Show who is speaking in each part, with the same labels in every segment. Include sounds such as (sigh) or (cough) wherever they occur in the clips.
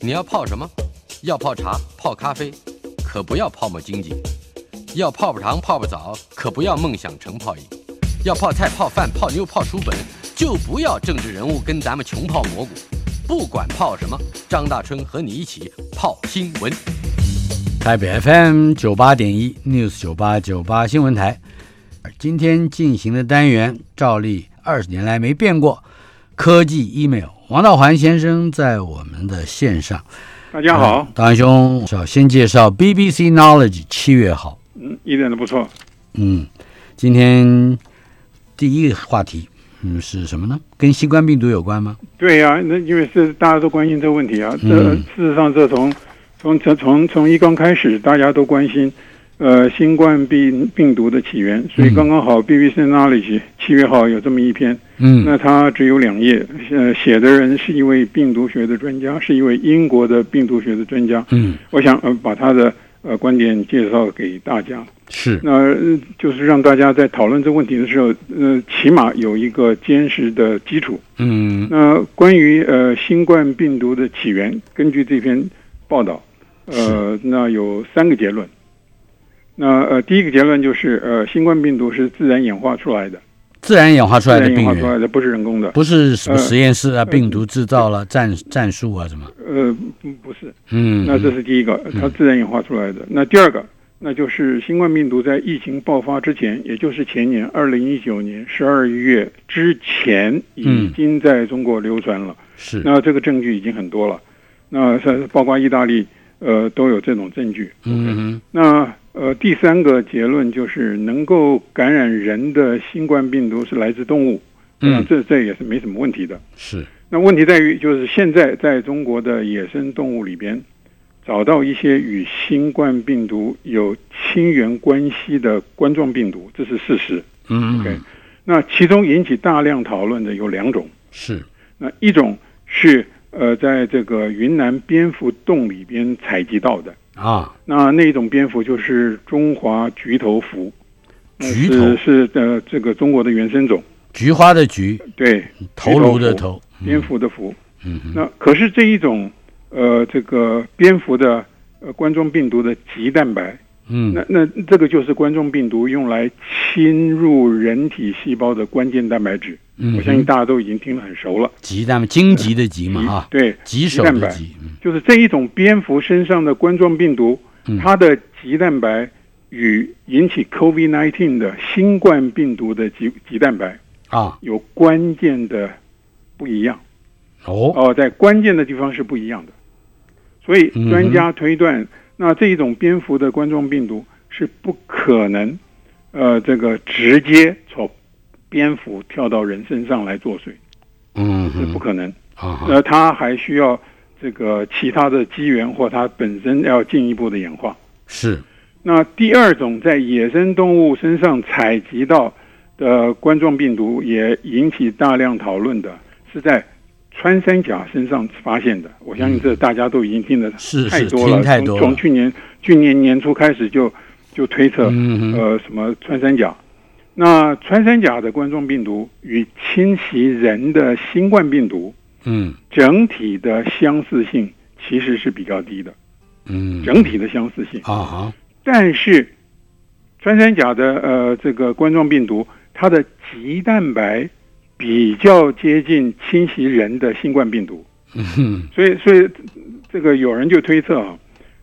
Speaker 1: 你要泡什么？要泡茶、泡咖啡，可不要泡沫经济；要泡泡糖、泡泡澡，可不要梦想成泡影；要泡菜、泡饭、泡妞、泡书本，就不要政治人物跟咱们穷泡蘑菇。不管泡什么，张大春和你一起泡新闻。
Speaker 2: 台北 FM 九八点一 News 九八九八新闻台，今天进行的单元照例二十年来没变过，科技 email。王道环先生在我们的线上，啊
Speaker 3: 大家好，
Speaker 2: 大安兄，首先介绍 BBC Knowledge 七月号。
Speaker 3: 嗯，一点都不错。
Speaker 2: 嗯，今天第一个话题，嗯，是什么呢？跟新冠病毒有关吗？
Speaker 3: 对呀、那因为是大家都关心这个问题啊。这、
Speaker 2: 嗯
Speaker 3: 事实上，这从从从从从一刚开始，大家都关心呃新冠病病毒的起源，所以
Speaker 2: 嗯
Speaker 3: 刚刚好 BBC Knowledge 七月号有这么一篇，
Speaker 2: 嗯
Speaker 3: 那它只有两页，呃，写的人是一位病毒学的专家，是一位英国的病毒学的专家。
Speaker 2: 嗯，
Speaker 3: 我想呃把他的呃观点介绍给大家。
Speaker 2: 是
Speaker 3: 那呃就是让大家在讨论这个问题的时候，呃，起码有一个坚实的基础。
Speaker 2: 嗯
Speaker 3: 那关于呃新冠病毒的起源，根据这篇报道，呃，那有三个结论。那呃，第一个结论就是，呃，新冠病毒是自然演化出来的，
Speaker 2: 自然演化出
Speaker 3: 自
Speaker 2: 来的
Speaker 3: 然
Speaker 2: 病
Speaker 3: 演化出
Speaker 2: 源，
Speaker 3: 来的，不是人工的。
Speaker 2: 不是什么
Speaker 3: 呃
Speaker 2: 实验室啊，病毒制造了战战术啊什么。
Speaker 3: 呃，不不是。
Speaker 2: 嗯，
Speaker 3: 那这是第一个，它自然演化出来的。那第二个，那就是新冠病毒在疫情爆发之前，也就是前年二零一九年十二月之前，已
Speaker 2: 嗯
Speaker 3: 经在中国流传了。
Speaker 2: 是
Speaker 3: 那这个证据已经很多了，那是包括意大利，呃，都有这种证据。
Speaker 2: 嗯
Speaker 3: 那呃，第三个结论就是，能够感染人的新冠病毒是来自动物，
Speaker 2: 嗯
Speaker 3: 这这也是没什么问题的。
Speaker 2: 是
Speaker 3: 那问题在于，就是现在在中国的野生动物里边，找到一些与新冠病毒有亲缘关系的冠状病毒，这是事实。
Speaker 2: 嗯
Speaker 3: OK，那其中引起大量讨论的有两种，
Speaker 2: 是
Speaker 3: 那一种是呃在这个云南蝙蝠洞里边采集到的，
Speaker 2: 啊
Speaker 3: 那那一种蝙蝠就是中华菊头蝠，那
Speaker 2: 菊头
Speaker 3: 是是呃这个中国的原生种，
Speaker 2: 菊花的菊，
Speaker 3: 对，
Speaker 2: 头颅的头，
Speaker 3: 蝙蝠的蝠。
Speaker 2: 嗯哼
Speaker 3: 那可是这一种呃，这个蝙蝠的呃冠状病毒的棘蛋白，
Speaker 2: 嗯
Speaker 3: 那那这个就是冠状病毒用来侵入人体细胞的关键蛋白质。
Speaker 2: 嗯，
Speaker 3: 我相信大家都已经听得很熟了。
Speaker 2: 棘蛋白，荆棘的棘嘛哈，
Speaker 3: 呃对，
Speaker 2: 棘手
Speaker 3: 棘蛋
Speaker 2: 的
Speaker 3: 白
Speaker 2: 棘，嗯
Speaker 3: 就是这一种蝙蝠身上的冠状病毒
Speaker 2: 嗯，
Speaker 3: 它的棘蛋白与引起 COVID-19 的新冠病毒的棘棘蛋白
Speaker 2: 啊
Speaker 3: 有关键的不一样。
Speaker 2: 哦
Speaker 3: 哦，在关键的地方是不一样的，所以
Speaker 2: 嗯哼
Speaker 3: 专家推断，那这一种蝙蝠的冠状病毒是不可能，呃，这个直接从蝙蝠跳到人身上来作祟，
Speaker 2: 嗯
Speaker 3: 是
Speaker 2: 哼
Speaker 3: 不可能。
Speaker 2: 啊哈
Speaker 3: 呃，它还需要这个其他的机缘或它本身要进一步的演化。
Speaker 2: 是
Speaker 3: 那第二种在野生动物身上采集到的冠状病毒，也引起大量讨论的，是在穿山甲身上发现的。我相信这大家都已经听得
Speaker 2: 嗯是
Speaker 3: 太
Speaker 2: 是
Speaker 3: 多了，
Speaker 2: 听太
Speaker 3: 从
Speaker 2: 多
Speaker 3: 从
Speaker 2: 了，
Speaker 3: 去年去年年初开始就就推测，
Speaker 2: 嗯哼
Speaker 3: 呃，什么穿山甲。那穿山甲的冠状病毒与侵袭人的新冠病毒
Speaker 2: 嗯
Speaker 3: 整体的相似性其实是比较低的，
Speaker 2: 嗯
Speaker 3: 整体的相似性。
Speaker 2: 啊哈
Speaker 3: 但是穿山甲的呃这个冠状病毒，它的棘蛋白比较接近侵袭人的新冠病毒，
Speaker 2: 嗯哼
Speaker 3: 所以所以这个有人就推测啊，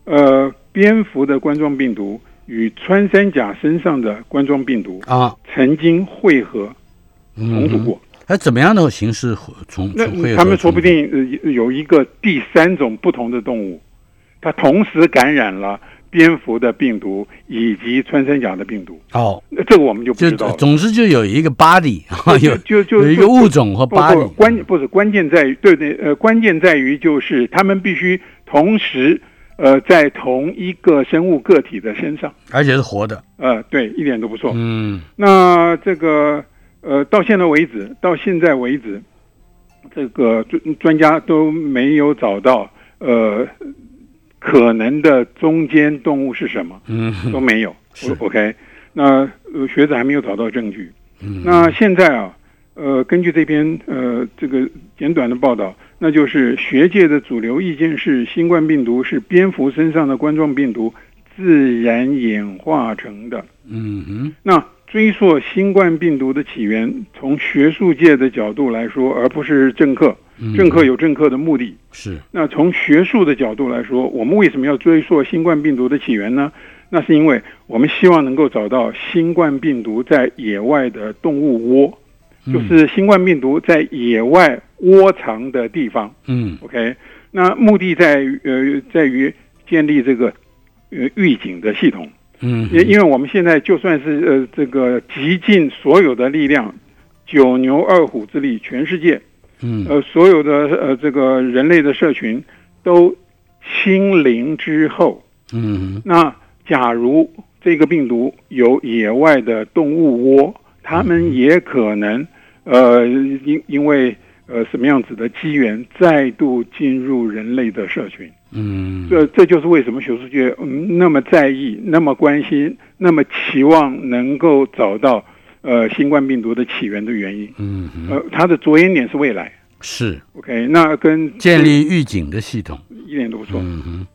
Speaker 3: 呃，蝙蝠的冠状病毒与穿山甲身上的冠状病毒
Speaker 2: 啊
Speaker 3: 曾经汇合重
Speaker 2: 嗯
Speaker 3: 组
Speaker 2: 哼，
Speaker 3: 过，
Speaker 2: 它怎么样的形式会从
Speaker 3: 那
Speaker 2: 嗯
Speaker 3: 嗯
Speaker 2: 从会有
Speaker 3: 他们
Speaker 2: 这
Speaker 3: 说
Speaker 2: 种
Speaker 3: 不定呃有一个第三种不同的动物，它同时感染了蝙蝠的病毒以及穿山甲的病毒。
Speaker 2: 哦，
Speaker 3: 那这个我们就不
Speaker 2: 就
Speaker 3: 知道了。
Speaker 2: 总之就有一个 body 啊，有
Speaker 3: 就就
Speaker 2: (laughs) 有
Speaker 3: 就
Speaker 2: 一个物种和
Speaker 3: 不不
Speaker 2: body 嗯
Speaker 3: 关不是关键在于对对呃关键在于就是他们必须同时呃在同一个生物个体的身上
Speaker 2: 而且是活的，
Speaker 3: 呃对一点都不错。
Speaker 2: 嗯
Speaker 3: 那这个呃到现在为止到现在为止，这个专专家都没有找到呃可能的中间动物是什么
Speaker 2: 嗯
Speaker 3: 都
Speaker 2: 哼
Speaker 3: 没有。
Speaker 2: 是
Speaker 3: OK，那、呃、学者还没有找到证据。
Speaker 2: 嗯
Speaker 3: 那现在啊，呃，根据这篇呃这个简短的报道，那就是学界的主流意见是，新冠病毒是蝙蝠身上的冠状病毒自然演化成的。
Speaker 2: 嗯哼，
Speaker 3: 那追溯新冠病毒的起源，从学术界的角度来说，而不是政客，
Speaker 2: 嗯
Speaker 3: 政客有政客的目的。
Speaker 2: 是，
Speaker 3: 那从学术的角度来说，我们为什么要追溯新冠病毒的起源呢？那是因为我们希望能够找到新冠病毒在野外的动物窝。就
Speaker 2: 嗯
Speaker 3: 是新冠病毒在野外窝藏的地方。
Speaker 2: 嗯
Speaker 3: OK，那目的在于呃在于建立这个呃预警的系统，
Speaker 2: 嗯，
Speaker 3: 因因为我们现在就算是呃这个极尽所有的力量，九牛二虎之力，全世界
Speaker 2: 嗯
Speaker 3: 呃所有的呃这个人类的社群都清零之后，
Speaker 2: 嗯
Speaker 3: 那假如这个病毒有野外的动物窝，它们也可能，呃，因因为呃什么样子的机缘再度进入人类的社群。
Speaker 2: 嗯，
Speaker 3: 这这就是为什么学术界、嗯、那么在意、那么关心、那么期望能够找到呃新冠病毒的起源的原因。
Speaker 2: 嗯哼
Speaker 3: 呃，它的着眼点是未来。
Speaker 2: 是
Speaker 3: OK，那跟
Speaker 2: 建立预警的系统。
Speaker 3: 一点都不错。
Speaker 2: 嗯哼，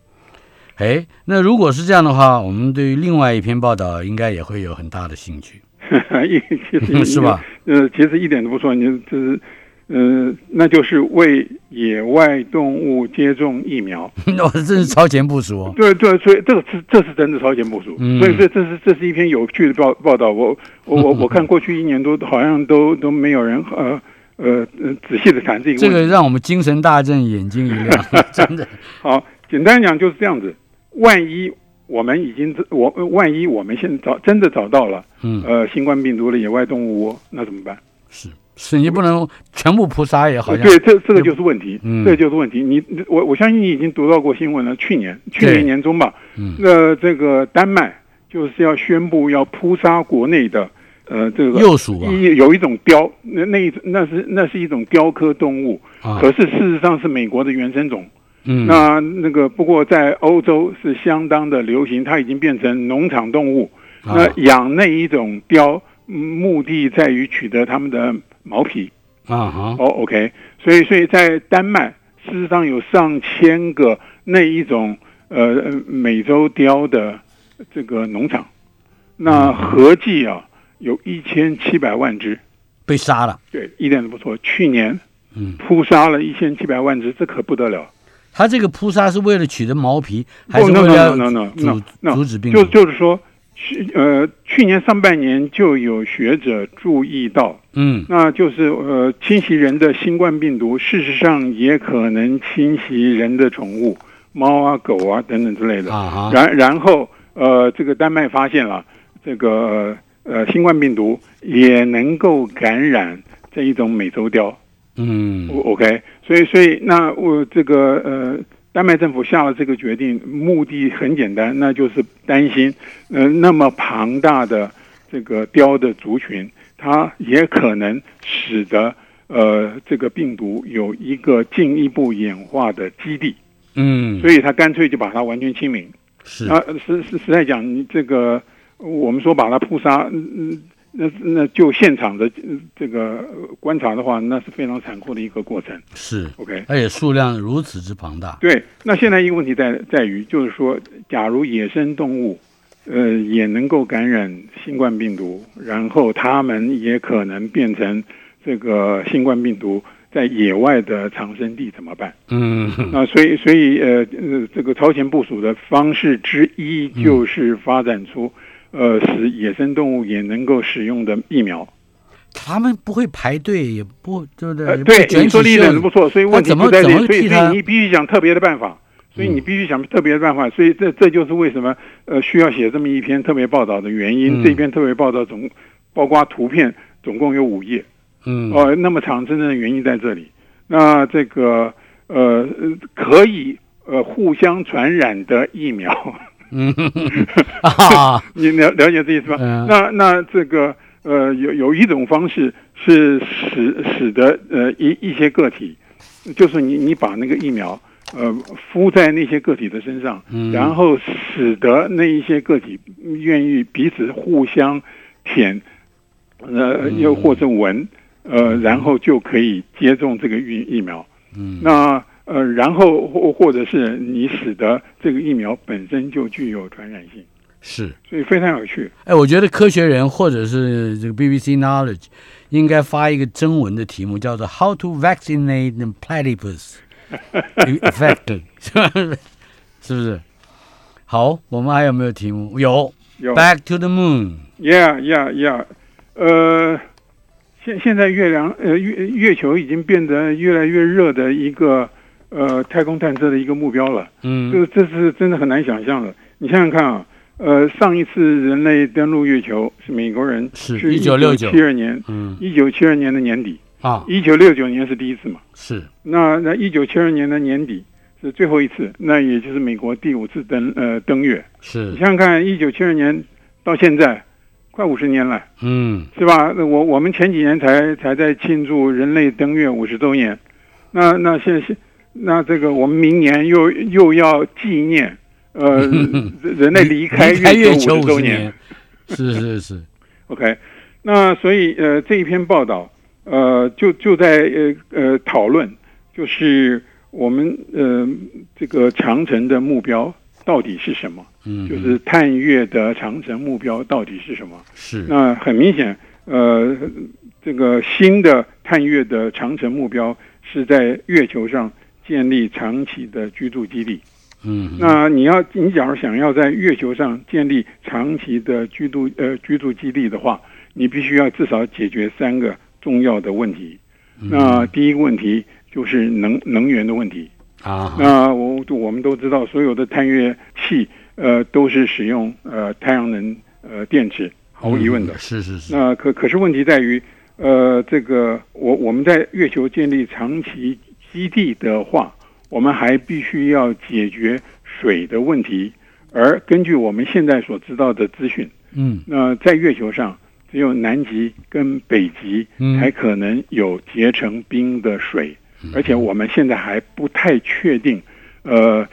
Speaker 2: 哎，那如果是这样的话，我们对于另外一篇报道应该也会有很大的兴趣，
Speaker 3: (laughs) 一其实
Speaker 2: 嗯是吧？
Speaker 3: 呃，其实一点都不错，你就是，呃，那就是为野外动物接种疫苗。
Speaker 2: 那我真是超前部署哦。
Speaker 3: 对对，所以这个是这是真的超前部署，
Speaker 2: 嗯
Speaker 3: 所以这这是这是一篇有趣的报报道。我我
Speaker 2: (laughs)
Speaker 3: 我我看过去一年多好像都都没有人呃呃呃仔细的谈这个
Speaker 2: 这
Speaker 3: 问题。
Speaker 2: 个让我们精神大振，眼睛一亮，真的。
Speaker 3: 好，简单讲就是这样子。万一我们已经我呃万一我们现在找真的找到了
Speaker 2: 嗯，
Speaker 3: 呃新冠病毒的野外动物窝，那怎么办？
Speaker 2: 是是，你不能全部扑杀也好像
Speaker 3: 对，这这个就是问题，
Speaker 2: 嗯
Speaker 3: 这个就是问题。你我我相信你已经读到过新闻了，去年去
Speaker 2: 对
Speaker 3: 年年中吧，
Speaker 2: 嗯
Speaker 3: 那、这个丹麦就是要宣布要扑杀国内的呃这个。
Speaker 2: 幼鼠啊
Speaker 3: 一有一种雕，那那一那是那是一种雕科动物，
Speaker 2: 啊，
Speaker 3: 可是事实上是美国的原生种。
Speaker 2: 嗯，
Speaker 3: 那那个不过在欧洲是相当的流行，它已经变成农场动物。那
Speaker 2: 啊
Speaker 3: 养那一种雕，嗯目的在于取得它们的毛皮。
Speaker 2: 啊哈，
Speaker 3: 哦，OK，所以所以在丹麦，事实上有上千个那一种呃呃美洲雕的这个农场，那合计啊有一千七百万只，
Speaker 2: 被杀了。
Speaker 3: 对，一点都不错。去年
Speaker 2: 嗯，
Speaker 3: 扑杀了一千七百万只，这可不得了。哦
Speaker 2: 他这个扑杀是为了取得毛皮，还是
Speaker 3: no
Speaker 2: 为
Speaker 3: no
Speaker 2: 了
Speaker 3: no no
Speaker 2: 阻
Speaker 3: no
Speaker 2: 阻
Speaker 3: no，
Speaker 2: 止病
Speaker 3: 就
Speaker 2: 毒？
Speaker 3: 就是说。去呃，去年上半年就有学者注意到，
Speaker 2: 嗯
Speaker 3: 那就是呃，侵袭人的新冠病毒，事实上也可能侵袭人的宠物，猫啊、狗啊等等之类的。
Speaker 2: 啊哈，
Speaker 3: 然然后呃，这个丹麦发现了这个呃新冠病毒也能够感染这一种美洲雕。
Speaker 2: 嗯
Speaker 3: O K，所以所以那我这个呃，丹麦政府下了这个决定，目的很简单，那就是担心，呃，那么庞大的这个雕的族群，它也可能使得呃这个病毒有一个进一步演化的基地，
Speaker 2: 嗯，
Speaker 3: 所以它干脆就把它完全清零。
Speaker 2: 是
Speaker 3: 啊，实实实在讲，你这个我们说把它扑杀，嗯嗯，那那就现场的嗯这个呃观察的话，那是非常残酷的一个过程。
Speaker 2: 是，
Speaker 3: OK，
Speaker 2: 而且数量如此之庞大。
Speaker 3: 对，那现在一个问题在在于，就是说，假如野生动物，呃，也能够感染新冠病毒，然后它们也可能变成这个新冠病毒在野外的藏身地，怎么办？
Speaker 2: 嗯哼
Speaker 3: 那所以，所以呃呃，这个超前部署的方式之一就是发展出，呃，使野生动物也能够使用的疫苗。
Speaker 2: 他们不会排队，也不对不对？
Speaker 3: 呃，
Speaker 2: 也不
Speaker 3: 对，
Speaker 2: 卷
Speaker 3: 你说
Speaker 2: 起
Speaker 3: 的一点
Speaker 2: 袖
Speaker 3: 都
Speaker 2: 子
Speaker 3: 不错，所以问题
Speaker 2: 怎么
Speaker 3: 就在这
Speaker 2: 怎
Speaker 3: 里，
Speaker 2: 么
Speaker 3: 所以
Speaker 2: 替
Speaker 3: 所
Speaker 2: 他嗯
Speaker 3: 以你必须想特别的办法，所以你必须想特别的办法，所以这这就是为什么呃需要写这么一篇特别报道的原因。
Speaker 2: 嗯
Speaker 3: 这篇特别报道总包括图片，总共有五页，
Speaker 2: 嗯
Speaker 3: 哦，那么长，真正的原因在这里。那这个呃呃可以呃互相传染的疫苗， (laughs)
Speaker 2: 嗯 (laughs) 啊
Speaker 3: 你了了解这意思吧？
Speaker 2: 嗯
Speaker 3: 那那这个呃，有有一种方式是使使得呃一一些个体，就是你你把那个疫苗呃敷在那些个体的身上，
Speaker 2: 嗯
Speaker 3: 然后使得那一些个体
Speaker 2: 嗯
Speaker 3: 愿意彼此互相舔，呃，又或者闻。呃，然后就可以接种这个疫疫苗。
Speaker 2: 嗯
Speaker 3: 那呃，然后或或者是你使得这个疫苗本身就具有传染性，
Speaker 2: 是。
Speaker 3: 所以非常有趣。
Speaker 2: 哎，我觉得科学人或者是这个 BBC Knowledge 应该发一个征文的题目，叫做 “How to vaccinate the platypus affected”，是 (laughs) 吧？是不是？好，我们还有没有题目？有
Speaker 3: 有
Speaker 2: ，Back to the Moon。
Speaker 3: Yeah, yeah, yeah。呃，现现在月亮呃月月球已经变得越来越热的一个呃太空探测的一个目标了。
Speaker 2: 嗯
Speaker 3: 这这是真的很难想象的。你想想看啊，呃，上一次人类登陆月球是美国人，
Speaker 2: 是1969
Speaker 3: 七二年，
Speaker 2: 嗯
Speaker 3: 一九七二年的年底，
Speaker 2: 啊，
Speaker 3: 一九六九年是第一次嘛。
Speaker 2: 是
Speaker 3: 那那一九七二年的年底是最后一次，那也就是美国第五次登呃登月。你
Speaker 2: 是，
Speaker 3: 想想看，一九七二年到现在，快五十年了。
Speaker 2: 嗯
Speaker 3: 是吧？那我我们前几年才才在庆祝人类登月五十周年，那那现现那这个我们明年又又要纪念
Speaker 2: (laughs)
Speaker 3: 呃人类离开
Speaker 2: 离开
Speaker 3: 月
Speaker 2: 球
Speaker 3: 五十
Speaker 2: 五
Speaker 3: 周
Speaker 2: 十
Speaker 3: 年
Speaker 2: 年，是是是，
Speaker 3: OK，那所以呃这一篇报道呃就就在呃呃讨论，就是我们呃这个长城的目标到底是什么？
Speaker 2: 嗯，
Speaker 3: 就是探月的长城目标到底是什么？
Speaker 2: 是
Speaker 3: 那很明显，呃，这个新的探月的长城目标是在月球上建立长期的居住基地。
Speaker 2: 嗯
Speaker 3: 那你要，你假如想要在月球上建立长期的居住呃居住基地的话，你必须要至少解决三个重要的问题。
Speaker 2: 嗯
Speaker 3: 那第一个问题就是能能源的问题。
Speaker 2: 啊
Speaker 3: 那我我们都知道，所有的探月器呃都是使用呃太阳能呃电池，毫无疑问的
Speaker 2: 嗯。是是是，
Speaker 3: 那可可是问题在于，呃，这个我我们在月球建立长期基地的话，我们还必须要解决水的问题。而根据我们现在所知道的资讯，
Speaker 2: 嗯
Speaker 3: 那在月球上，只有南极跟北极
Speaker 2: 嗯
Speaker 3: 才可能有结成冰的水，而且我们现在还不太确定，呃，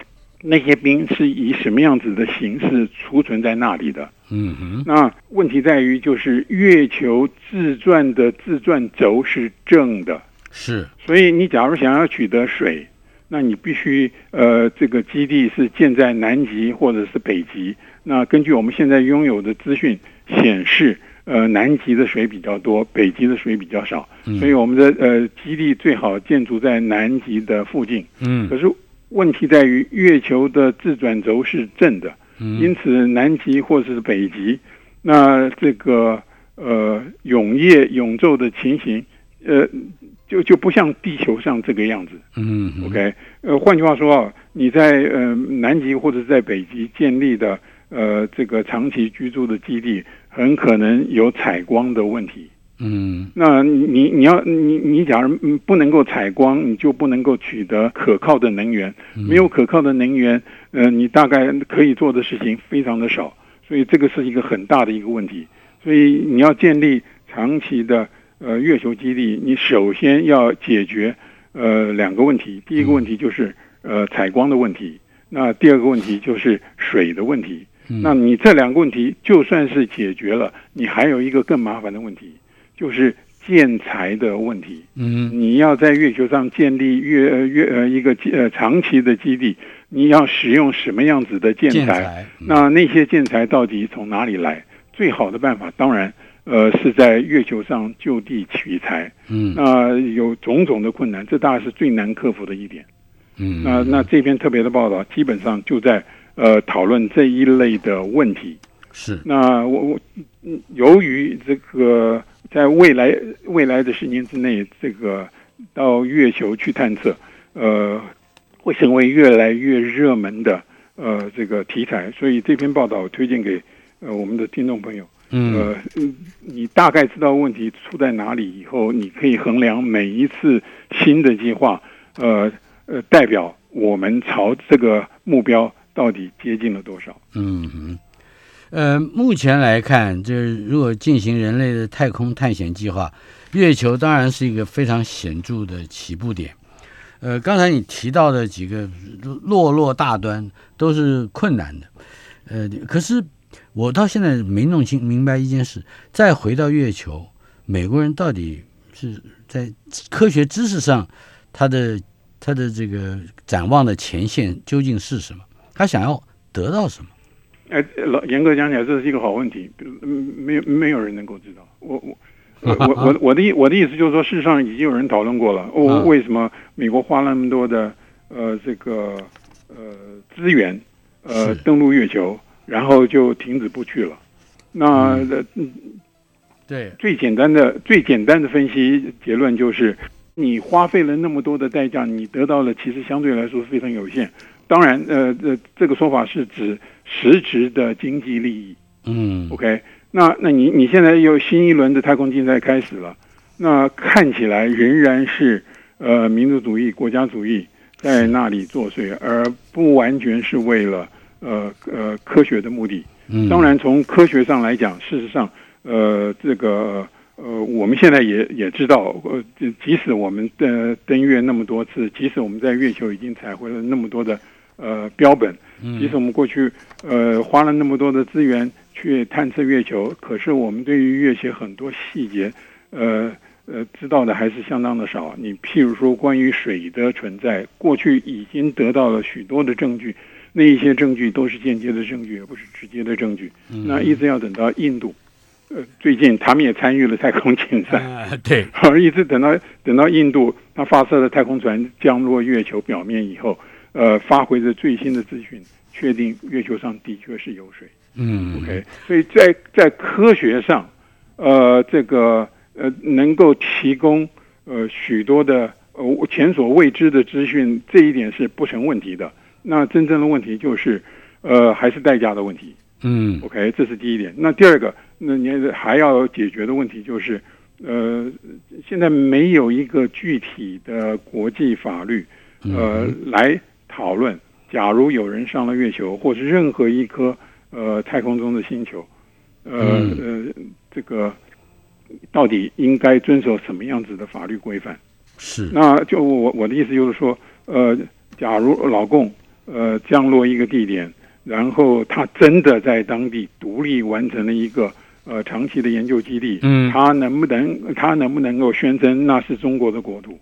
Speaker 3: 那些冰是以什么样子的形式储存在那里的。
Speaker 2: 嗯哼，
Speaker 3: 那问题在于，就是月球自转的自转轴是正的，
Speaker 2: 是
Speaker 3: 所以你假如想要取得水，那你必须呃，这个基地是建在南极或者是北极。那根据我们现在拥有的资讯显示，呃，南极的水比较多，北极的水比较少，
Speaker 2: 嗯
Speaker 3: 所以我们的呃基地最好建筑在南极的附近。
Speaker 2: 嗯
Speaker 3: 可是问题在于，月球的自转轴是正的。因
Speaker 2: 嗯
Speaker 3: 此南极或是北极，那这个呃永夜永昼的情形，呃，就就不像地球上这个样子。
Speaker 2: 嗯
Speaker 3: OK，呃，换句话说啊，你在呃南极或者是在北极建立的呃这个长期居住的基地，很可能有采光的问题。
Speaker 2: 嗯
Speaker 3: 那你你你要你你假如嗯不能够采光，你就不能够取得可靠的能源。没有可靠的能源，呃，你大概可以做的事情非常的少，所以这个是一个很大的一个问题。所以你要建立长期的呃月球基地，你首先要解决呃两个问题。第一个问题就是呃采光的问题，那第二个问题就是水的问题。
Speaker 2: 嗯
Speaker 3: 那你这两个问题就算是解决了，你还有一个更麻烦的问题，就是建材的问题。
Speaker 2: 嗯
Speaker 3: 你要在月球上建立月呃月呃一个基呃长期的基地，你要使用什么样子的建材？
Speaker 2: 建材嗯
Speaker 3: 那那些建材到底从哪里来？最好的办法当然，呃，是在月球上就地取材。
Speaker 2: 嗯
Speaker 3: 那、有种种的困难，这当然是最难克服的一点。
Speaker 2: 嗯
Speaker 3: 那那这篇特别的报道基本上就在呃讨论这一类的问题。
Speaker 2: 是
Speaker 3: 那我我嗯，由于这个在未来未来的十年之内，这个到月球去探测，呃，会成为越来越热门的呃这个题材，所以这篇报道我推荐给呃我们的听众朋友。
Speaker 2: 嗯
Speaker 3: 呃，嗯你大概知道问题出在哪里以后，你可以衡量每一次新的计划，呃呃，代表我们朝这个目标到底接近了多少。
Speaker 2: 嗯哼。呃，目前来看，就是如果进行人类的太空探险计划，月球当然是一个非常显著的起步点。呃，刚才你提到的几个落落大端都是困难的。呃，可是我到现在没弄清明白一件事：再回到月球，美国人到底是在科学知识上，他的他的这个展望的前线究竟是什么？他想要得到什么？
Speaker 3: 哎，老严格讲起来，这是一个好问题，嗯，没有没有人能够知道。我我。呃我我我的意我的意思就是说，事实上已经有人讨论过了。哦，
Speaker 2: 嗯
Speaker 3: 为什么美国花那么多的呃这个呃资源呃
Speaker 2: 是
Speaker 3: 登陆月球，然后就停止不去了？那、呃
Speaker 2: 对，
Speaker 3: 最简单的最简单的分析结论就是，你花费了那么多的代价，你得到了其实相对来说非常有限。当然，呃，这、这个说法是指实质的经济利益。
Speaker 2: 嗯
Speaker 3: OK，那那你你现在又新一轮的太空竞赛开始了，那看起来仍然是呃民族主义、国家主义在那里作祟，而不完全是为了呃呃科学的目的。
Speaker 2: 嗯，
Speaker 3: 当然，从科学上来讲，事实上，呃，这个呃，我们现在也也知道，呃，即即使我们呃登月那么多次，即使我们在月球已经采回了那么多的呃标本，即使我们过去呃花了那么多的资源去探测月球，可是我们对于月球很多细节，呃。呃，知道的还是相当的少。你譬如说关于水的存在，过去已经得到了许多的证据，那一些证据都是间接的证据，而不是直接的证据。那一直要等到印度，呃，最近他们也参与了太空竞赛，
Speaker 2: 哎对，
Speaker 3: (laughs) 而一直等到等到印度，它发射的太空船降落月球表面以后，呃，发回的最新的资讯，确定月球上的确是有水。
Speaker 2: 嗯
Speaker 3: OK，所以在在科学上，呃，这个呃能够提供呃许多的呃前所未知的资讯，这一点是不成问题的。那真正的问题就是，呃，还是代价的问题。
Speaker 2: 嗯
Speaker 3: OK，这是第一点。那第二个，那你还要解决的问题就是，呃，现在没有一个具体的国际法律，呃，来讨论，假如有人上了月球，或是任何一颗呃太空中的星球，呃、呃，这个到底应该遵守什么样子的法律规范？
Speaker 2: 是，
Speaker 3: 那就我我的意思就是说，呃，假如老共呃降落一个地点，然后他真的在当地独立完成了一个呃长期的研究基地，
Speaker 2: 嗯
Speaker 3: 他能不能他能不能够宣称那是中国的
Speaker 2: (laughs)
Speaker 3: 国土？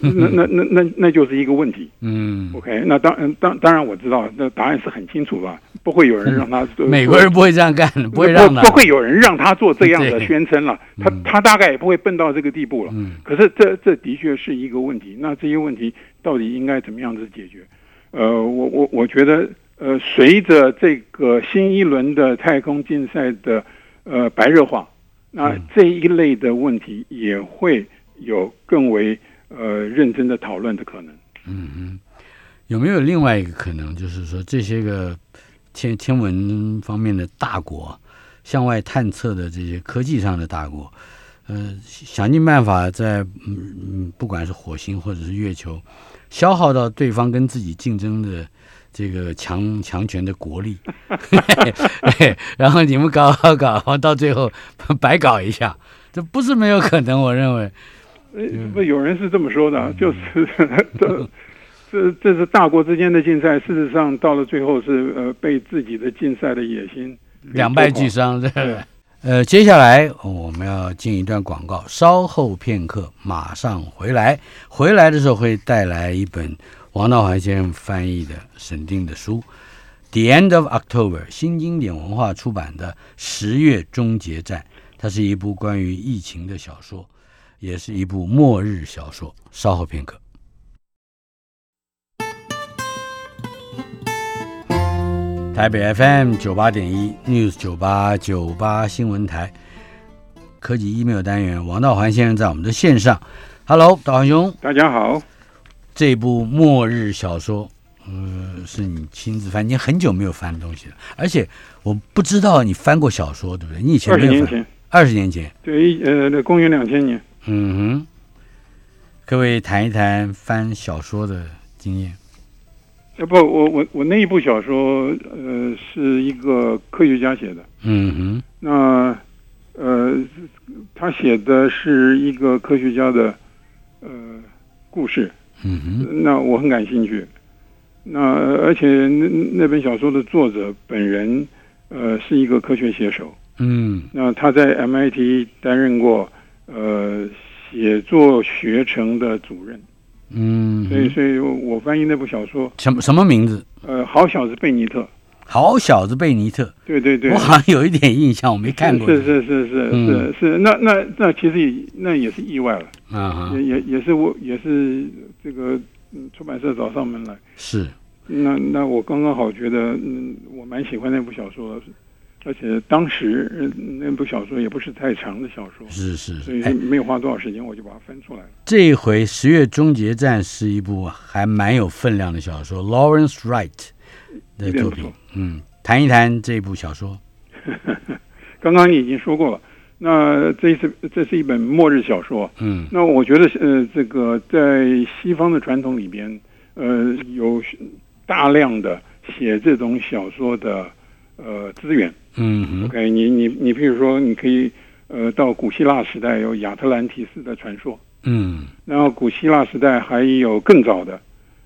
Speaker 3: 那那那那那就是一个问题。
Speaker 2: 嗯，
Speaker 3: OK，那当嗯当当然我知道，那答案是很清楚了，不会有人让他、
Speaker 2: (laughs)
Speaker 3: 呃
Speaker 2: 美国人不会这样干，的，不
Speaker 3: 不
Speaker 2: 会让的，啊
Speaker 3: 不会有人让他做这样的
Speaker 2: 对
Speaker 3: 宣称了，他
Speaker 2: 嗯
Speaker 3: 他大概也不会笨到这个地步了。
Speaker 2: 嗯
Speaker 3: 可是这这的确是一个问题。那这些问题到底应该怎么样子解决？呃，我我我觉得，呃，随着这个新一轮的太空竞赛的呃白热化，那
Speaker 2: 嗯
Speaker 3: 这一类的问题也会有更为呃认真的讨论的可能。
Speaker 2: 嗯嗯，有没有另外一个可能，就是说这些个天天文方面的大国，向外探测的这些科技上的大国，呃，想尽办法在嗯嗯，不管是火星或者是月球，消耗到对方跟自己竞争的这个强强权的国力， (laughs) 哎然后你们搞搞搞，到最后白搞一下，这不是没有可能，我认为，
Speaker 3: 呃，
Speaker 2: 嗯
Speaker 3: 不，有人是这么说的，啊就是 (laughs) 这这这是大国之间的竞赛，事实上到了最后是呃被自己的竞赛的野心给
Speaker 2: 两败
Speaker 3: 拖垮
Speaker 2: 俱伤，对
Speaker 3: 对
Speaker 2: (laughs) 呃，接下来我们要进一段广告，稍后片刻马上回来。回来的时候会带来一本王道怀先生翻译的审定的书，《The End of October》新经典文化出版的《十月终结战》，它是一部关于疫情的小说，也是一部末日小说。稍后片刻。台北 FM 九八点一 News 九八九八新闻台科技 email 单元，王道环先生在我们的线上。Hello，道环兄，
Speaker 3: 大家好。
Speaker 2: 这部末日小说，呃，是你亲自翻，你很久没有翻东西了，而且我不知道你翻过小说，对不对？你以前
Speaker 3: 二
Speaker 2: 没
Speaker 3: 十
Speaker 2: 有
Speaker 3: 年
Speaker 2: 翻，
Speaker 3: 前，
Speaker 2: 二十年前，
Speaker 3: 对，呃，那公元两千年，
Speaker 2: 嗯哼。各位谈一谈翻小说的经验，
Speaker 3: 呃，不，我我我那一部小说，呃，是一个科学家写的。
Speaker 2: 嗯哼，
Speaker 3: 那，呃，他写的是一个科学家的，呃，故事。
Speaker 2: 嗯哼，
Speaker 3: 那我很感兴趣。那而且那那本小说的作者本人，呃，是一个科学写手。
Speaker 2: 嗯
Speaker 3: 那他在 MIT 担任过呃写作学程的主任，
Speaker 2: 嗯，
Speaker 3: 所以所以我翻译那部小说，
Speaker 2: 什么什么名字？
Speaker 3: 呃，好小子贝尼特，
Speaker 2: 好小子贝尼特，
Speaker 3: 对对对
Speaker 2: 我，好像有一点印象，我没看过。
Speaker 3: 是是是是
Speaker 2: 嗯
Speaker 3: 是是，那那那其实也那也是意外了，
Speaker 2: 啊哈，
Speaker 3: 也也也是我也是这个嗯出版社找上门来，
Speaker 2: 是
Speaker 3: 那那我刚刚好觉得嗯我蛮喜欢那部小说的，而且当时嗯那部小说也不是太长的小说，
Speaker 2: 是是
Speaker 3: 所以
Speaker 2: 哎，
Speaker 3: 没有花多少时间我就把它翻出来了。
Speaker 2: 这一回《十月终结战》是一部还蛮有分量的小说，Lawrence Wright 的
Speaker 3: 有点
Speaker 2: 作
Speaker 3: 不
Speaker 2: 品
Speaker 3: 错。
Speaker 2: 嗯，谈一谈这部小说。
Speaker 3: 刚刚你已经说过了，那这是这是一本末日小说。
Speaker 2: 嗯
Speaker 3: 那我觉得呃，这个在西方的传统里边，呃，有大量的写这种小说的呃资源。
Speaker 2: 嗯哼
Speaker 3: OK，你你你，譬如说，你可以呃到古希腊时代有亚特兰提斯的传说，
Speaker 2: 嗯
Speaker 3: 然后古希腊时代还有更早的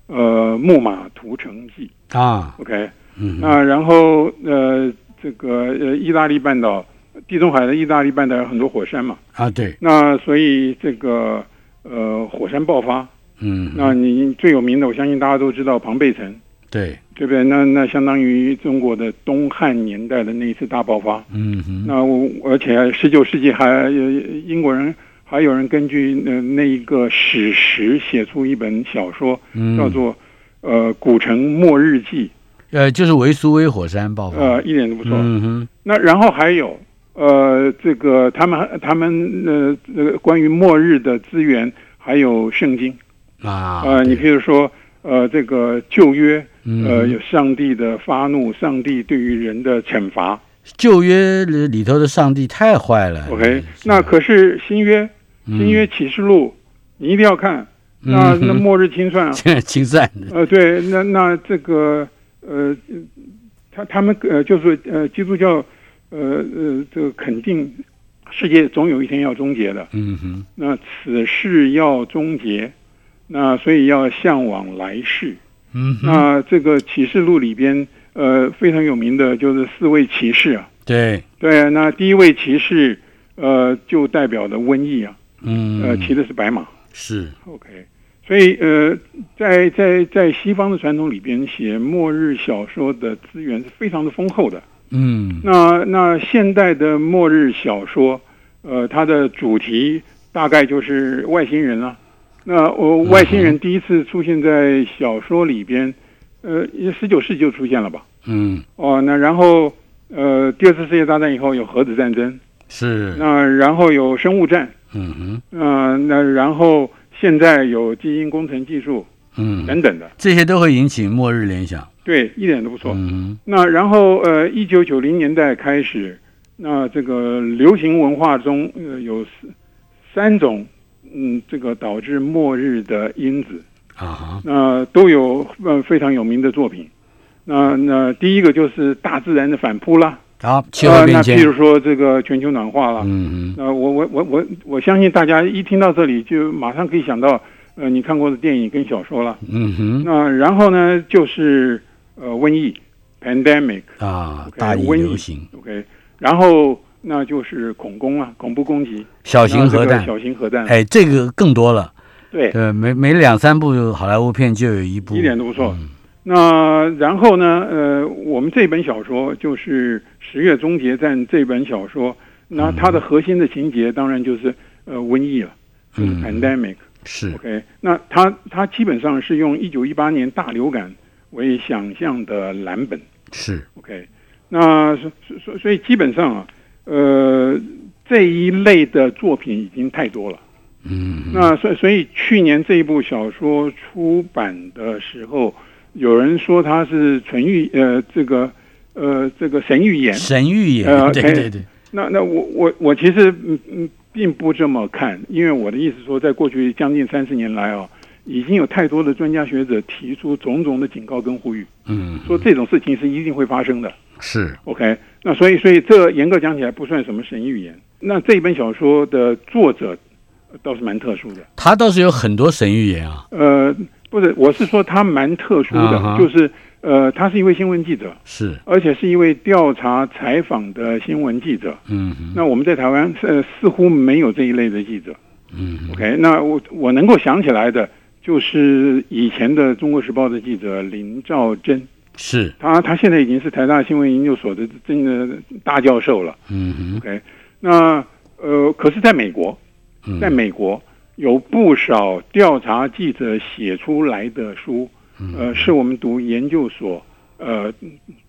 Speaker 3: 呃木马屠城记。
Speaker 2: 啊
Speaker 3: OK，
Speaker 2: 嗯哼
Speaker 3: 那然后呃，这个呃，意大利半岛，地中海的意大利半岛有很多火山嘛，
Speaker 2: 啊对
Speaker 3: 那所以这个呃，火山爆发，
Speaker 2: 嗯
Speaker 3: 那你最有名的，我相信大家都知道庞贝城，
Speaker 2: 对
Speaker 3: 对不对？那那相当于中国的东汉年代的那一次大爆发。
Speaker 2: 嗯哼
Speaker 3: 那我而且十九世纪还呃英国人还有人根据呃那一个史实写出一本小说，
Speaker 2: 嗯
Speaker 3: 叫做呃《古城末日记
Speaker 2: 呃就是维苏威火山爆》，发
Speaker 3: 呃，一点都不错。
Speaker 2: 嗯哼
Speaker 3: 那然后还有呃，这个他们他们呃，这个关于末日的资源，还有圣经
Speaker 2: 啊
Speaker 3: 呃，你
Speaker 2: 对
Speaker 3: 譬如说呃，这个旧约呃，
Speaker 2: 嗯
Speaker 3: 有上帝的发怒，上帝对于人的惩罚。
Speaker 2: 旧约里里头的上帝太坏了
Speaker 3: OK，
Speaker 2: 嗯是
Speaker 3: 那可是新约新
Speaker 2: 嗯
Speaker 3: 约启示录，你一定要看。
Speaker 2: 嗯
Speaker 3: 那
Speaker 2: 哼 (laughs)
Speaker 3: 那末日清算，啊
Speaker 2: 现在清算的
Speaker 3: 呃，对，那那这个呃，他他们呃，就是呃，基督教呃呃，这个肯定世界总有一天要终结的。
Speaker 2: 嗯哼
Speaker 3: 那此事要终结，那所以要向往来世。
Speaker 2: 嗯哼
Speaker 3: 那这个启示录里边，呃，非常有名的就是四位骑士啊。
Speaker 2: 对
Speaker 3: 对，那第一位骑士，呃，就代表的瘟疫啊，
Speaker 2: 嗯
Speaker 3: 呃，骑的是白马。
Speaker 2: 是
Speaker 3: OK，所以呃，在在在西方的传统里边，写末日小说的资源是非常的丰厚的。
Speaker 2: 嗯
Speaker 3: 那那现代的末日小说，呃，它的主题大概就是外星人了、那我、外星人第一次出现在小说里边，呃，十九世纪就出现了吧？
Speaker 2: 嗯
Speaker 3: 哦，那然后呃，第二次世界大战以后有核子战争，
Speaker 2: 是
Speaker 3: 那然后有生物战，
Speaker 2: 嗯哼
Speaker 3: 呃，那然后现在有基因工程技术
Speaker 2: 嗯
Speaker 3: 等等的，
Speaker 2: 这些都会引起末日联想
Speaker 3: 对，一点都不错。
Speaker 2: 嗯
Speaker 3: 那然后呃，一九九零年代开始，那这个流行文化中呃有四三种嗯，这个导致末日的因子，
Speaker 2: 哼啊哈
Speaker 3: 那都有呃非常有名的作品。那那第一个就是大自然的反扑啦，
Speaker 2: 好气候
Speaker 3: 呃，
Speaker 2: 变
Speaker 3: 那
Speaker 2: 迁
Speaker 3: 譬如说这个全球暖化啦，
Speaker 2: 嗯哼
Speaker 3: 那呃我我我我我相信大家一听到这里就马上可以想到呃你看过的电影跟小说了。
Speaker 2: 嗯哼
Speaker 3: 那然后呢就是呃瘟疫 pandemic。
Speaker 2: 啊
Speaker 3: OK，
Speaker 2: 大疫
Speaker 3: 瘟疫
Speaker 2: 流行
Speaker 3: OK，然后那就是恐攻啊，恐怖攻击，
Speaker 2: 小
Speaker 3: 小
Speaker 2: 型核弹
Speaker 3: 小型核弹，
Speaker 2: 哎这个更多了。
Speaker 3: 对，
Speaker 2: 对，每每两三部好莱坞片就有一部，嗯
Speaker 3: 一点都不错。那然后呢？呃，我们这本小说就是《十月终结战》这本小说，那它
Speaker 2: 嗯
Speaker 3: 的核心的情节当然就是呃瘟疫了，就是
Speaker 2: 嗯
Speaker 3: pandemic、
Speaker 2: 是
Speaker 3: OK，那哎它它基本上是用一九一八年大流感为想象的蓝本。
Speaker 2: 是，
Speaker 3: OK，那所所所所以基本上啊，呃，这一类的作品已经太多了。
Speaker 2: 嗯
Speaker 3: 那所以所以去年这一部小说出版的时候，有人说它是纯预呃这个呃这个神预言。
Speaker 2: 神预言，
Speaker 3: 呃
Speaker 2: 对
Speaker 3: 哎
Speaker 2: 对对，
Speaker 3: 那那我我我其实嗯嗯并不这么看，因为我的意思说，在过去将近三十年来哦，已经有太多的专家学者提出种种的警告跟呼吁，
Speaker 2: 嗯
Speaker 3: 说这种事情是一定会发生的。
Speaker 2: 是，
Speaker 3: OK，那所以所以这严格讲起来不算什么神预言。那这一本小说的作者呃倒是蛮特殊的，
Speaker 2: 他倒是有很多神预言啊，
Speaker 3: 呃，不是，我是说他蛮特殊的
Speaker 2: 啊哈
Speaker 3: 就是呃，他是一位新闻记者，
Speaker 2: 是，
Speaker 3: 而且是一位调查采访的新闻记者。
Speaker 2: 嗯哼
Speaker 3: 那我们在台湾呃似乎没有这一类的记者，
Speaker 2: 嗯
Speaker 3: OK，那我我能够想起来的，就是以前的《中国时报》的记者林兆珍，
Speaker 2: 是，
Speaker 3: 他他现在已经是台大新闻研究所的真的大教授了。
Speaker 2: 嗯
Speaker 3: OK，那呃，可是在美国，
Speaker 2: 哼，
Speaker 3: 在美国有不少调查记者写出来的书，
Speaker 2: 嗯
Speaker 3: 呃，是我们读研究所呃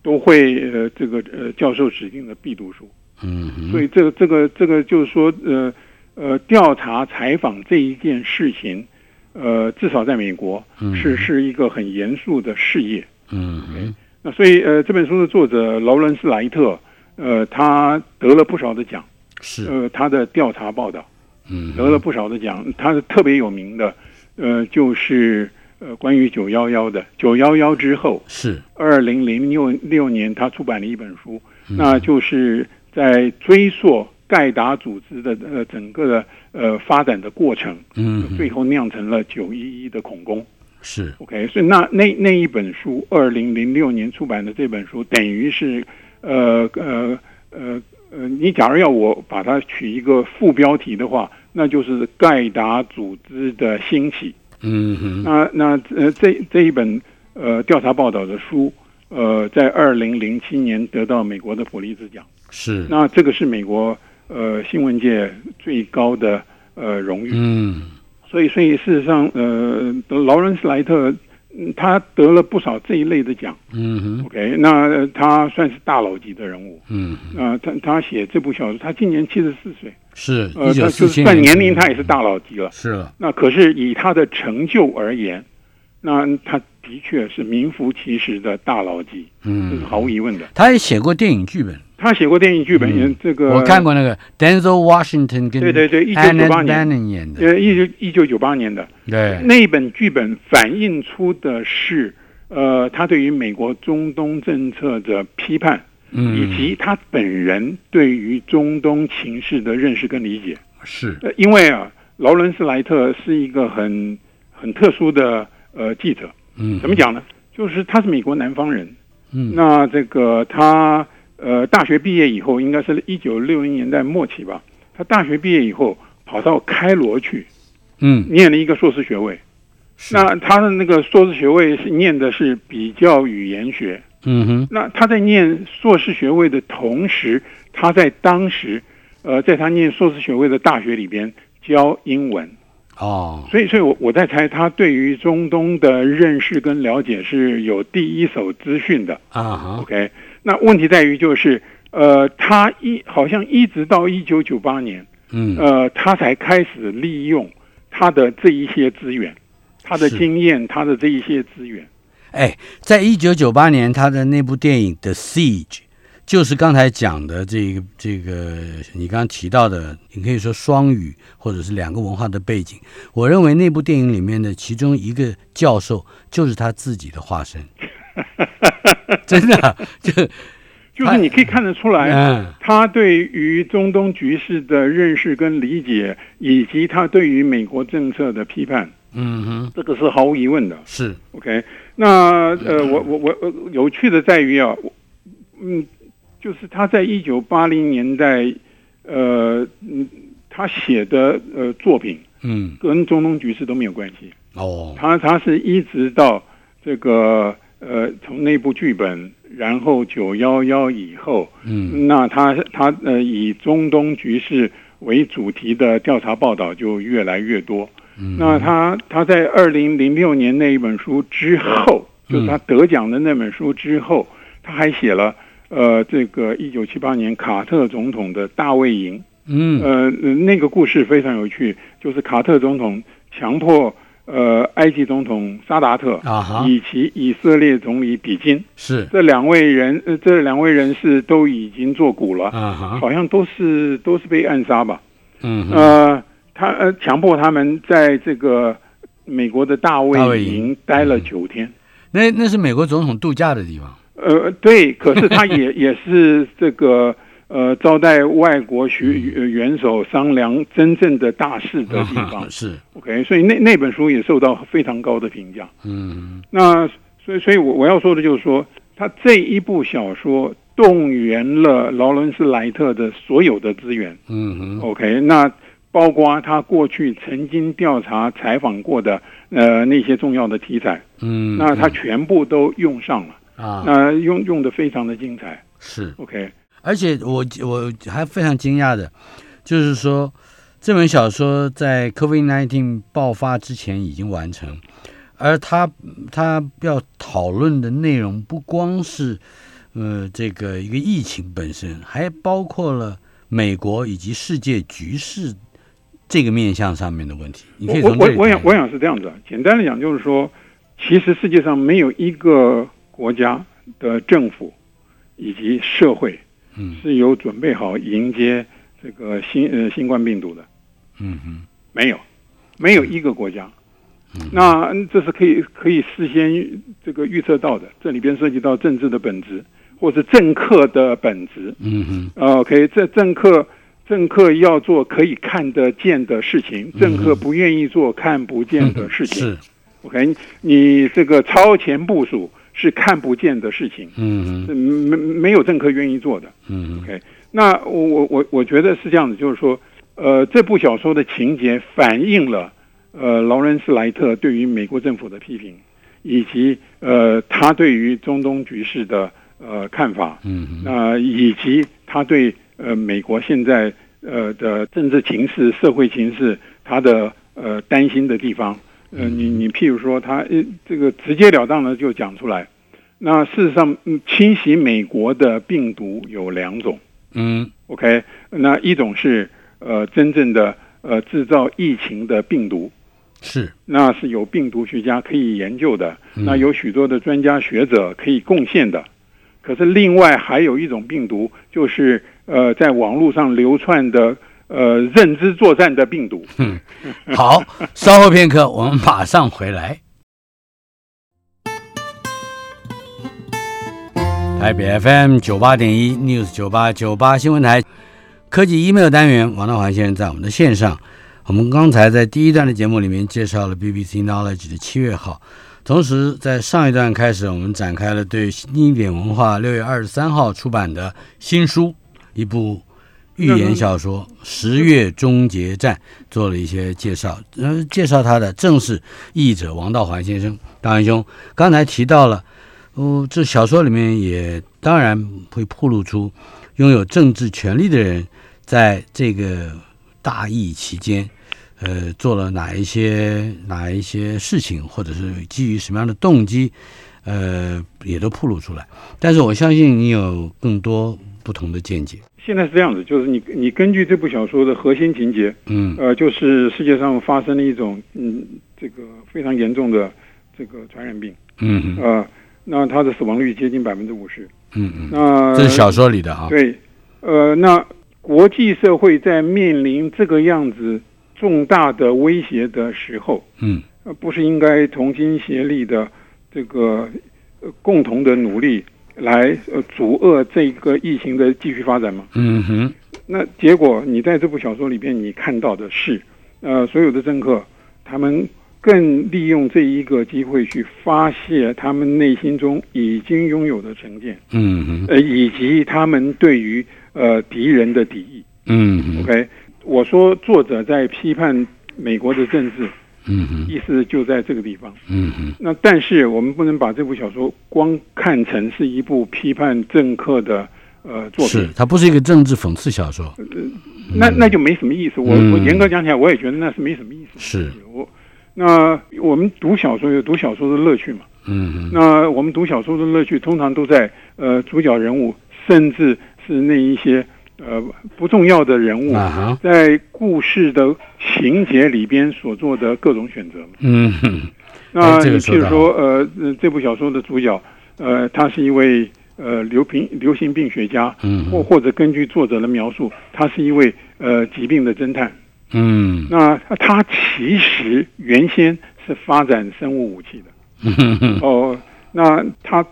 Speaker 3: 都会呃这个呃教授指定的必读书。
Speaker 2: 嗯哼，
Speaker 3: 所以这个这个这个就是说，呃呃，调查采访这一件事情，呃，至少在美国
Speaker 2: 嗯
Speaker 3: 是是一个很严肃的事业。
Speaker 2: 嗯哼，
Speaker 3: 那所以呃，这本书的作者劳伦斯莱特，呃，他得了不少的奖，
Speaker 2: 是，
Speaker 3: 呃，他的调查报道
Speaker 2: 嗯
Speaker 3: 得了不少的奖，他是特别有名的，呃，就是呃关于九幺幺的九幺幺之后，
Speaker 2: 是，
Speaker 3: 二零零六六年，他出版了一本书，
Speaker 2: 嗯
Speaker 3: 那就是在追溯盖达组织的呃整个的呃发展的过程，
Speaker 2: 嗯哼，
Speaker 3: 最后酿成了九一一的恐攻。
Speaker 2: 是，
Speaker 3: OK，所以那那那一本书，二零零六年出版的这本书，等于是呃呃呃呃，你假如要我把它取一个副标题的话，那就是盖达组织的兴起。
Speaker 2: 嗯哼，
Speaker 3: 那那呃，这这一本呃调查报道的书，呃，在二零零七年得到美国的普利兹奖。
Speaker 2: 是，
Speaker 3: 那这个是美国呃新闻界最高的呃荣誉。
Speaker 2: 嗯
Speaker 3: 所以，所以事实上，呃，劳伦斯莱特、嗯他得了不少这一类的奖。
Speaker 2: 嗯哼，
Speaker 3: OK，那呃他算是大佬级的人物。
Speaker 2: 嗯，
Speaker 3: 那、他他写这部小说，他今年七十四岁，
Speaker 2: 是，一
Speaker 3: 呃，他
Speaker 2: 九
Speaker 3: 就
Speaker 2: 四七
Speaker 3: 是算年龄他也是大佬级了。
Speaker 2: 是啊了，
Speaker 3: 那可是以他的成就而言，那他的确是名副其实的大佬级，这是
Speaker 2: 嗯，
Speaker 3: 毫无疑问的。
Speaker 2: 他也写过电影剧本，
Speaker 3: 他写过电影剧本，
Speaker 2: 嗯
Speaker 3: 也这个
Speaker 2: 我看。过那个 Denzel Washington 跟
Speaker 3: 对对对，一九
Speaker 2: a n
Speaker 3: 九
Speaker 2: n
Speaker 3: 八
Speaker 2: a
Speaker 3: 年，
Speaker 2: Bannon 演的，
Speaker 3: 呃，一九一九九八年的
Speaker 2: 对，
Speaker 3: 那一本剧本反映出的是，呃，他对于美国中东政策的批判，以
Speaker 2: 嗯，
Speaker 3: 及他本人对于中东情势的认识跟理解。
Speaker 2: 嗯是，
Speaker 3: 呃，因为啊，劳伦斯莱特是一个很很特殊的呃记者，
Speaker 2: 嗯，
Speaker 3: 怎么？讲呢？就是他是美国南方人，
Speaker 2: 嗯
Speaker 3: 那这个他呃大学毕业以后，应该是一九六零年代末期吧。他大学毕业以后跑到开罗去
Speaker 2: 嗯，
Speaker 3: 念了一个硕士学位。
Speaker 2: 是
Speaker 3: 那他的那个硕士学位是念的是比较语言学。
Speaker 2: 嗯哼，
Speaker 3: 那他在念硕士学位的同时，他在当时，呃，在他念硕士学位的大学里边教英文。
Speaker 2: 哦，
Speaker 3: 所以，所以我我在猜，他对于中东的认识跟了解是有第一手资讯的。
Speaker 2: 啊哈，
Speaker 3: OK，那问题在于就是，呃，他一好像一直到一九九八年，
Speaker 2: 嗯，
Speaker 3: 呃，他才开始利用他的这一些资源，他的
Speaker 2: 是
Speaker 3: 经验，他的这一些资源。
Speaker 2: 哎，在一九九八年，他的那部电影《The Siege》，就是刚才讲的这个这个你刚刚提到的，你可以说双语或者是两个文化的背景。我认为那部电影里面的其中一个教授就是他自己的化
Speaker 3: (laughs)
Speaker 2: 身，真的，就
Speaker 3: 就是你可以看得出来，
Speaker 2: 嗯
Speaker 3: 他对于中东局势的认识跟理解，以及他对于美国政策的批判，
Speaker 2: 嗯哼，
Speaker 3: 这个是毫无疑问的。
Speaker 2: 是
Speaker 3: OK，那呃，
Speaker 2: 嗯
Speaker 3: 我我我呃有趣的在于啊，我嗯，就是他在一九八零年代，呃，嗯，他写的呃作品
Speaker 2: 嗯
Speaker 3: 跟中东局势都没有关系，
Speaker 2: 哦
Speaker 3: 他他是一直到这个呃从那部剧本，然后九幺幺以后，
Speaker 2: 嗯
Speaker 3: 那他他呃以中东局势为主题的调查报道就越来越多。
Speaker 2: 嗯，
Speaker 3: 那他他在二零零六年那一本书之后，
Speaker 2: 嗯
Speaker 3: 就是他得奖的那本书之后，他还写了呃这个一九七八年卡特总统的大卫营，
Speaker 2: 嗯
Speaker 3: 呃那个故事非常有趣，就是卡特总统强迫呃埃及总统萨达特。
Speaker 2: 啊哈
Speaker 3: 以及以色列总理比金，
Speaker 2: 是
Speaker 3: 这两位人，呃，这两位人士都已经作古了，
Speaker 2: 啊哈
Speaker 3: 好像都是都是被暗杀吧？
Speaker 2: 嗯哼
Speaker 3: 呃，他呃强迫他们在这个美国的大
Speaker 2: 大卫
Speaker 3: 卫
Speaker 2: 营
Speaker 3: 营待了九天。
Speaker 2: 那那是美国总统度假的地方，
Speaker 3: 呃，对，可是
Speaker 2: (laughs)
Speaker 3: 他也也是这个呃招待外国学呃元首商量真正的大事的地方。
Speaker 2: (laughs) 是
Speaker 3: OK，所以那那本书也受到非常高的评价。
Speaker 2: 嗯
Speaker 3: 那所以所以我我要说的就是说，他这一部小说动员了劳伦斯莱特的所有的资源。
Speaker 2: 嗯哼
Speaker 3: OK，那包括他过去曾经调查采访过的呃那些重要的题材，
Speaker 2: 嗯，
Speaker 3: 那他全部都用上了，
Speaker 2: 啊
Speaker 3: 那用用的非常的精彩。
Speaker 2: 是，
Speaker 3: OK，
Speaker 2: 而且我我还非常惊讶的，就是说这本小说在 COVID-19 爆发之前已经完成，而他他要讨论的内容不光是呃这个一个疫情本身，还包括了美国以及世界局势这个面向上面的问题。你可以
Speaker 3: 我
Speaker 2: 从这
Speaker 3: 我
Speaker 2: 里
Speaker 3: 我
Speaker 2: 谈
Speaker 3: 想我想是这样子，啊简单的讲就是说，其实世界上没有一个国家的政府以及社会
Speaker 2: 嗯
Speaker 3: 是有准备好迎接这个新呃新冠病毒的。
Speaker 2: 嗯嗯
Speaker 3: 没有，没有一个国家。那这是可以可以事先预这个预测到的，这里边涉及到政治的本质，或是政客的本质。
Speaker 2: 嗯嗯
Speaker 3: 呃 OK，这政客政客要做可以看得见的事情，政客不愿意做看不见的事
Speaker 2: 嗯，
Speaker 3: 情。
Speaker 2: 是
Speaker 3: OK，你你这个超前部署是看不见的事情，
Speaker 2: 嗯
Speaker 3: 是
Speaker 2: 嗯
Speaker 3: 没没有政客愿意做的。
Speaker 2: 嗯嗯
Speaker 3: OK，那我我我我觉得是这样子，就是说，呃，这部小说的情节反映了呃劳伦斯莱特对于美国政府的批评，以及呃他对于中东局势的呃看法，
Speaker 2: 嗯嗯
Speaker 3: 那、以及他对呃美国现在呃的政治情势、社会情势他的呃担心的地方。呃，你你譬如说他呃这个直截了当的就讲出来。那事实上，嗯侵袭美国的病毒有两种。
Speaker 2: 嗯
Speaker 3: OK，那一种是呃真正的呃制造疫情的病毒，
Speaker 2: 是
Speaker 3: 那是有病毒学家可以研究的，
Speaker 2: 嗯
Speaker 3: 那有许多的专家学者可以贡献的。可是另外还有一种病毒，就是呃在网络上流窜的呃认知作战的病毒。
Speaker 2: 好，稍后片刻，我们马上回来。台北 FM 九八点一 News 九八九八新闻台科技 email 单元，王道华先生在我们的线上。我们刚才在第一段的节目里面介绍了 BBC Knowledge 的七月号，同时在上一段开始，我们展开了对经典文化六月二十三号出版的新书，一部寓言小说《十月终结战》做了一些介绍。呃，介绍它的正是译者王道环先生。大环兄刚才提到了，哦、这小说里面也当然会暴露出拥有政治权利的人在这个大疫期间，呃，做了哪一些哪一些事情，或者是基于什么样的动机，呃，也都暴露出来。但是我相信你有更多不同的见解。
Speaker 3: 现在是这样子，就是你你根据这部小说的核心情节，
Speaker 2: 嗯
Speaker 3: 呃，就是世界上发生了一种嗯这个非常严重的这个传染病。
Speaker 2: 嗯嗯
Speaker 3: 呃，那它的死亡率接近百分之五十。
Speaker 2: 嗯嗯，
Speaker 3: 那
Speaker 2: 这是小说里的啊。
Speaker 3: 对，呃，那国际社会在面临这个样子重大的威胁的时候，
Speaker 2: 嗯
Speaker 3: 呃，不是应该同心协力的这个、呃、共同的努力来呃阻遏这个疫情的继续发展吗？
Speaker 2: 嗯哼
Speaker 3: 那结果你在这部小说里边你看到的是，呃，所有的政客他们更利用这一个机会去发泄他们内心中已经拥有的成见，
Speaker 2: 嗯哼
Speaker 3: 呃，以及他们对于呃敌人的敌意。
Speaker 2: 嗯哼
Speaker 3: OK，我说作者在批判美国的政治，
Speaker 2: 嗯哼
Speaker 3: 意思就在这个地方。
Speaker 2: 嗯哼
Speaker 3: 那但是我们不能把这部小说光看成是一部批判政客的呃作品嗯
Speaker 2: 是，它不是一个政治讽刺小说。
Speaker 3: 那那就没什么意思。我
Speaker 2: 嗯
Speaker 3: 我严格讲起来，我也觉得那是没什么意思。
Speaker 2: 是，
Speaker 3: 我那我们读小说有读小说的乐趣嘛？
Speaker 2: 嗯哼
Speaker 3: 那我们读小说的乐趣，通常都在呃主角人物，甚至是那一些呃不重要的人物，
Speaker 2: 啊哈，
Speaker 3: 在故事的情节里边所做的各种选择嘛。
Speaker 2: 嗯哼
Speaker 3: 那
Speaker 2: 哎这
Speaker 3: 你
Speaker 2: 个
Speaker 3: 譬
Speaker 2: 说
Speaker 3: 如
Speaker 2: 得好
Speaker 3: 说，呃，呃这部小说的主角，呃，他是一位呃流平流行病学家，
Speaker 2: 嗯
Speaker 3: 或
Speaker 2: 哼
Speaker 3: 或者根据作者的描述，他是一位呃疾病的侦探。
Speaker 2: 嗯
Speaker 3: 那他其实原先是发展生物武器的
Speaker 2: 嗯哼
Speaker 3: 哦。那他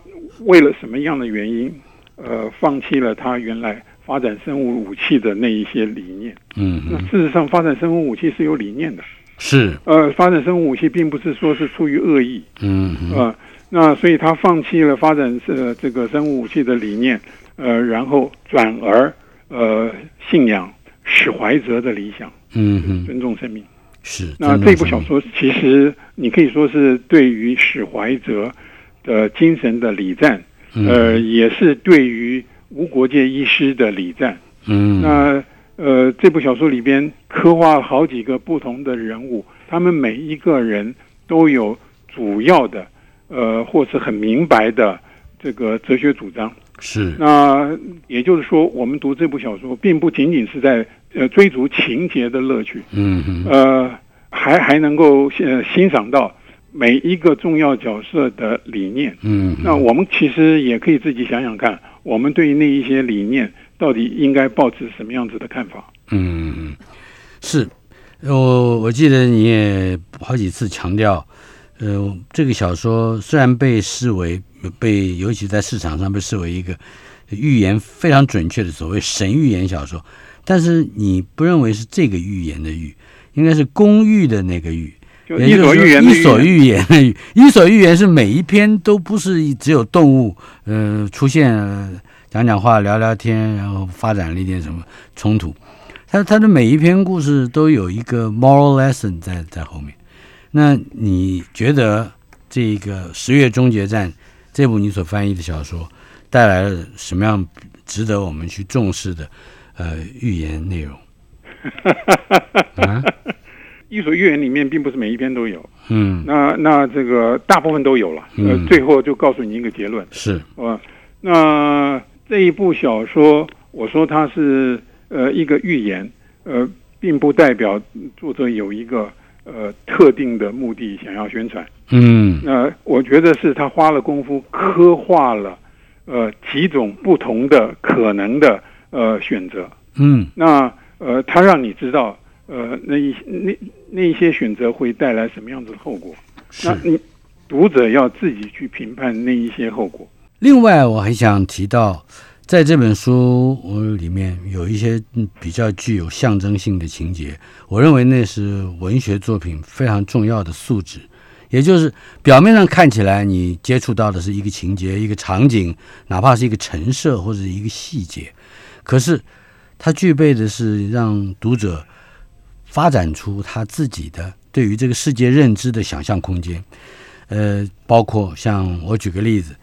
Speaker 3: 为了什么样的原因，呃，放弃了他原来发展生物武器的那一些理念？
Speaker 2: 嗯
Speaker 3: 那
Speaker 2: 哼，
Speaker 3: 事实上，发展生物武器是有理念的。
Speaker 2: 是，
Speaker 3: 呃，发展生物武器并不是说是出于恶意，
Speaker 2: 嗯哼
Speaker 3: 呃，那所以他放弃了发展呃这个生物武器的理念，呃，然后转而呃信仰史怀哲的理想。
Speaker 2: 嗯哼，
Speaker 3: 尊重生命。
Speaker 2: 是。
Speaker 3: 那
Speaker 2: 尊重
Speaker 3: 这部
Speaker 2: 生
Speaker 3: 小
Speaker 2: 命，
Speaker 3: 说其实你可以说是对于史怀哲的精神的礼赞，
Speaker 2: 嗯
Speaker 3: 呃，也是对于无国界医师的礼赞。
Speaker 2: 嗯，
Speaker 3: 那呃，这部小说里边刻画了好几个不同的人物，他们每一个人都有主要的呃，或是很明白的这个哲学主张。
Speaker 2: 是
Speaker 3: 那也就是说，我们读这部小说，并不仅仅是在呃追逐情节的乐趣，
Speaker 2: 嗯哼，
Speaker 3: 呃，还还能够呃欣赏到每一个重要角色的理念。
Speaker 2: 嗯哼，
Speaker 3: 那我们其实也可以自己想想看，我们对于那一些理念到底应该抱持什么样子的看法？
Speaker 2: 嗯，是，我我记得你也好几次强调，呃，这个小说虽然被视为被，尤其在市场上被视为一个预言非常准确的所谓神预言小说，但是你不认为是这个预言的预，应该是公寓的那个寓。
Speaker 3: 就
Speaker 2: 也
Speaker 3: 伊
Speaker 2: 就是
Speaker 3: 索
Speaker 2: 说
Speaker 3: 寓言
Speaker 2: 伊索寓言的
Speaker 3: 的寓言，
Speaker 2: 寓，伊索寓言是每一篇都不是只有动物，呃，出现、呃讲讲话、聊聊天，然后发展了一点什么冲突。它它的每一篇故事都有一个 moral lesson 在在后面。那你觉得这个《十月终结战》这部你所翻译的小说带来了什么样值得我们去重视的呃寓言内容？
Speaker 3: (laughs)
Speaker 2: 啊，
Speaker 3: 伊索寓言里面并不是每一篇都有，
Speaker 2: 嗯，
Speaker 3: 那那这个大部分都有了。呃
Speaker 2: 嗯，
Speaker 3: 最后就告诉你一个结论，
Speaker 2: 是，
Speaker 3: 啊，那这一部小说，我说它是呃一个寓言，呃，并不代表作者有一个呃特定的目的想要宣传。
Speaker 2: 嗯
Speaker 3: 那、我觉得是他花了功夫刻画了呃几种不同的可能的呃选择。
Speaker 2: 嗯
Speaker 3: 那呃，他让你知道呃那一那那一些选择会带来什么样子的后果。
Speaker 2: 是
Speaker 3: 那。你读者要自己去评判那一些后果。
Speaker 2: 另外，我还想提到，在这本书呃里面有一些嗯比较具有象征性的情节，我认为那是文学作品非常重要的素质。也就是表面上看起来，你接触到的是一个情节、一个场景，哪怕是一个陈设或者一个细节，可是它具备的是让读者发展出他自己的对于这个世界认知的想象空间。呃，包括像我举个例子，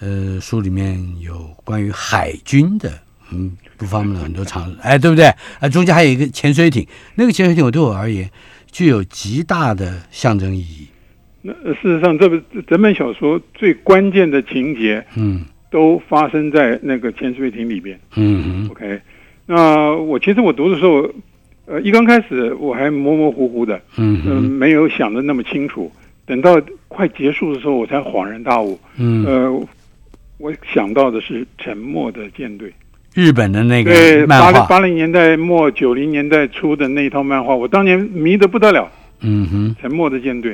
Speaker 2: 呃，书里面有关于海军的，嗯，不方面的很多常识，哎，对不对？啊，中间还有一个潜水艇，那个潜水艇我对我而言具有极大的象征意义。
Speaker 3: 那呃事实上，这本整本小说最关键的情节
Speaker 2: 嗯
Speaker 3: 都发生在那个潜水艇里边。
Speaker 2: 嗯哼
Speaker 3: OK，那我其实我读的时候，呃，一刚开始我还模模糊糊的，
Speaker 2: 嗯
Speaker 3: 嗯、
Speaker 2: 哼
Speaker 3: 没有想的那么清楚。等到快结束的时候，我才恍然大悟。
Speaker 2: 嗯，
Speaker 3: 呃，我想到的是《沉默的舰队
Speaker 2: 日本的那》，
Speaker 3: 对，
Speaker 2: 个
Speaker 3: 八
Speaker 2: 漫
Speaker 3: 零
Speaker 2: 画，
Speaker 3: 八零年代末九零年代初的那一套漫画，我当年迷得不得了，
Speaker 2: 嗯哼，
Speaker 3: 《沉默的舰队》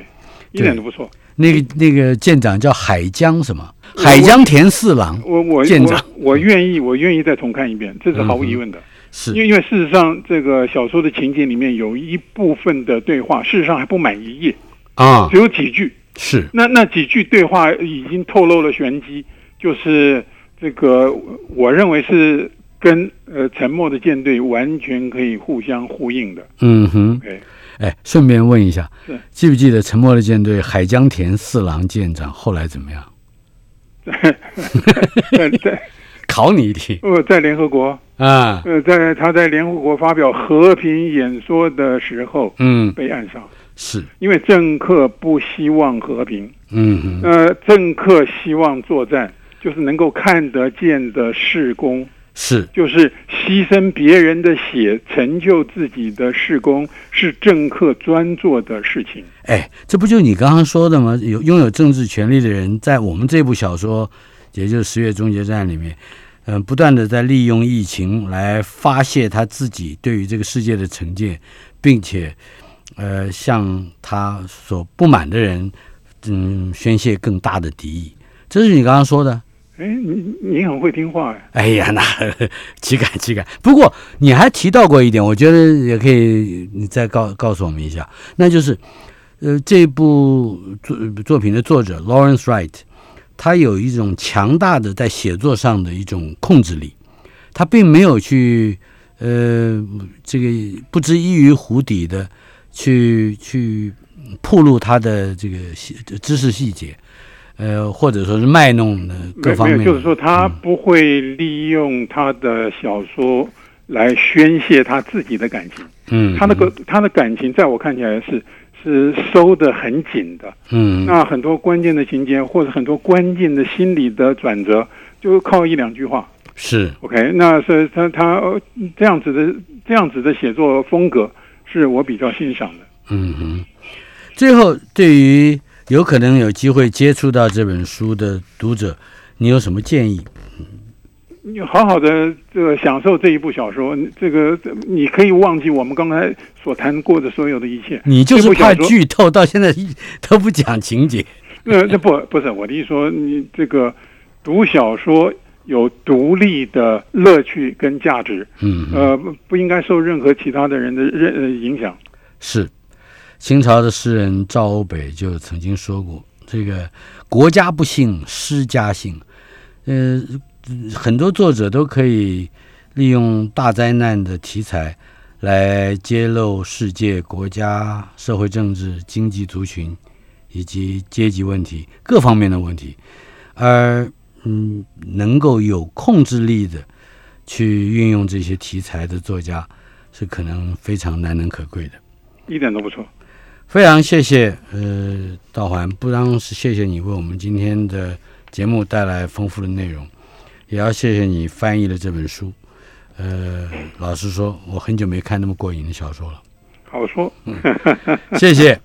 Speaker 3: 一
Speaker 2: 对
Speaker 3: 点都不错。
Speaker 2: 那个那个舰长叫海江什么？
Speaker 3: 我
Speaker 2: 海江田四郎
Speaker 3: 我我
Speaker 2: 舰长嗯
Speaker 3: 我我愿意，我愿意再重看一遍，这是毫无疑问的。因
Speaker 2: 是，
Speaker 3: 为因为事实上，这个小说的情节里面有一部分的对话，事实上还不满一页，
Speaker 2: 啊，
Speaker 3: 只有几句。
Speaker 2: 是，
Speaker 3: 那那几句对话已经透露了玄机，就是这个我我认为是跟呃沉默的舰队完全可以互相呼应的。
Speaker 2: 嗯哼。
Speaker 3: (laughs) OK，
Speaker 2: 哎，顺便问一下
Speaker 3: 是，
Speaker 2: 记不记得沉默的舰队海江田四郎舰长后来怎么样？
Speaker 3: 在在
Speaker 2: 考你一题
Speaker 3: 呃在联合国
Speaker 2: 啊，
Speaker 3: 呃在他在联合国发表和平演说的时候
Speaker 2: 嗯，
Speaker 3: 被暗杀，
Speaker 2: 是，
Speaker 3: 因为政客不希望和平。
Speaker 2: 嗯哼，
Speaker 3: 呃，政客希望作战，就是能够看得见的事功，
Speaker 2: 是，
Speaker 3: 就是牺牲别人的血成就自己的事功，是政客专做的事情。
Speaker 2: 哎，这不就你刚刚说的吗？有拥有政治权利的人，在我们这部小说，也就是《十月终结战》里面，嗯、不断的在利用疫情来发泄他自己对于这个世界的成见，并且，呃，向他所不满的人，嗯，宣泄更大的敌意。这是你刚刚说的，
Speaker 3: 哎，你你很会听话哎，
Speaker 2: 哎呀，那 (laughs) 岂敢岂敢！不过你还提到过一点，我觉得也可以，你再告告诉我们一下，那就是，呃，这部作作品的作者 Lawrence Wright，他有一种强大的在写作上的一种控制力，他并没有去呃，这个不知依于湖底的去去铺露它的这个细知识细节，呃，或者说是卖弄的各
Speaker 3: 没
Speaker 2: 方
Speaker 3: 没有，
Speaker 2: 面，嗯
Speaker 3: 就是说他不会利用他的小说来宣泄他自己的感情，
Speaker 2: 嗯，
Speaker 3: 他那个他的感情在我看起来是是收的很紧的。
Speaker 2: 嗯，嗯
Speaker 3: 那很多关键的情节或者很多关键的心理的转折，就靠一两句话。
Speaker 2: 是
Speaker 3: OK，那是他他呃这样子的这样子的写作风格是我比较欣赏的。
Speaker 2: 嗯哼，最后对于有可能有机会接触到这本书的读者，你有什么建议？
Speaker 3: 你好好的这个享受这一部小说，这个你可以忘记我们刚才所谈过的所有的一切。
Speaker 2: 你就是怕
Speaker 3: 这部小说
Speaker 2: 剧透，到现在一都不讲情节。
Speaker 3: 那那不不是我的意思说，你这个读小说有独立的乐趣跟价值，
Speaker 2: 嗯，哼。
Speaker 3: 呃，不不应该受任何其他的人的任呃影响。
Speaker 2: 是，清朝的诗人赵欧北就曾经说过：“这个国家不幸，诗家幸。”呃，很多作者都可以利用大灾难的题材来揭露世界、国家、社会政治、经济族群以及阶级问题各方面的问题，而嗯，能够有控制力的去运用这些题材的作家，是可能非常难能可贵的。
Speaker 3: 一点都不错。
Speaker 2: 非常谢谢，呃，道环，不光是谢谢你为我们今天的节目带来丰富的内容，也要谢谢你翻译了这本书。呃，老实说，我很久没看那么过瘾的小说了。
Speaker 3: 好说，
Speaker 2: 谢谢，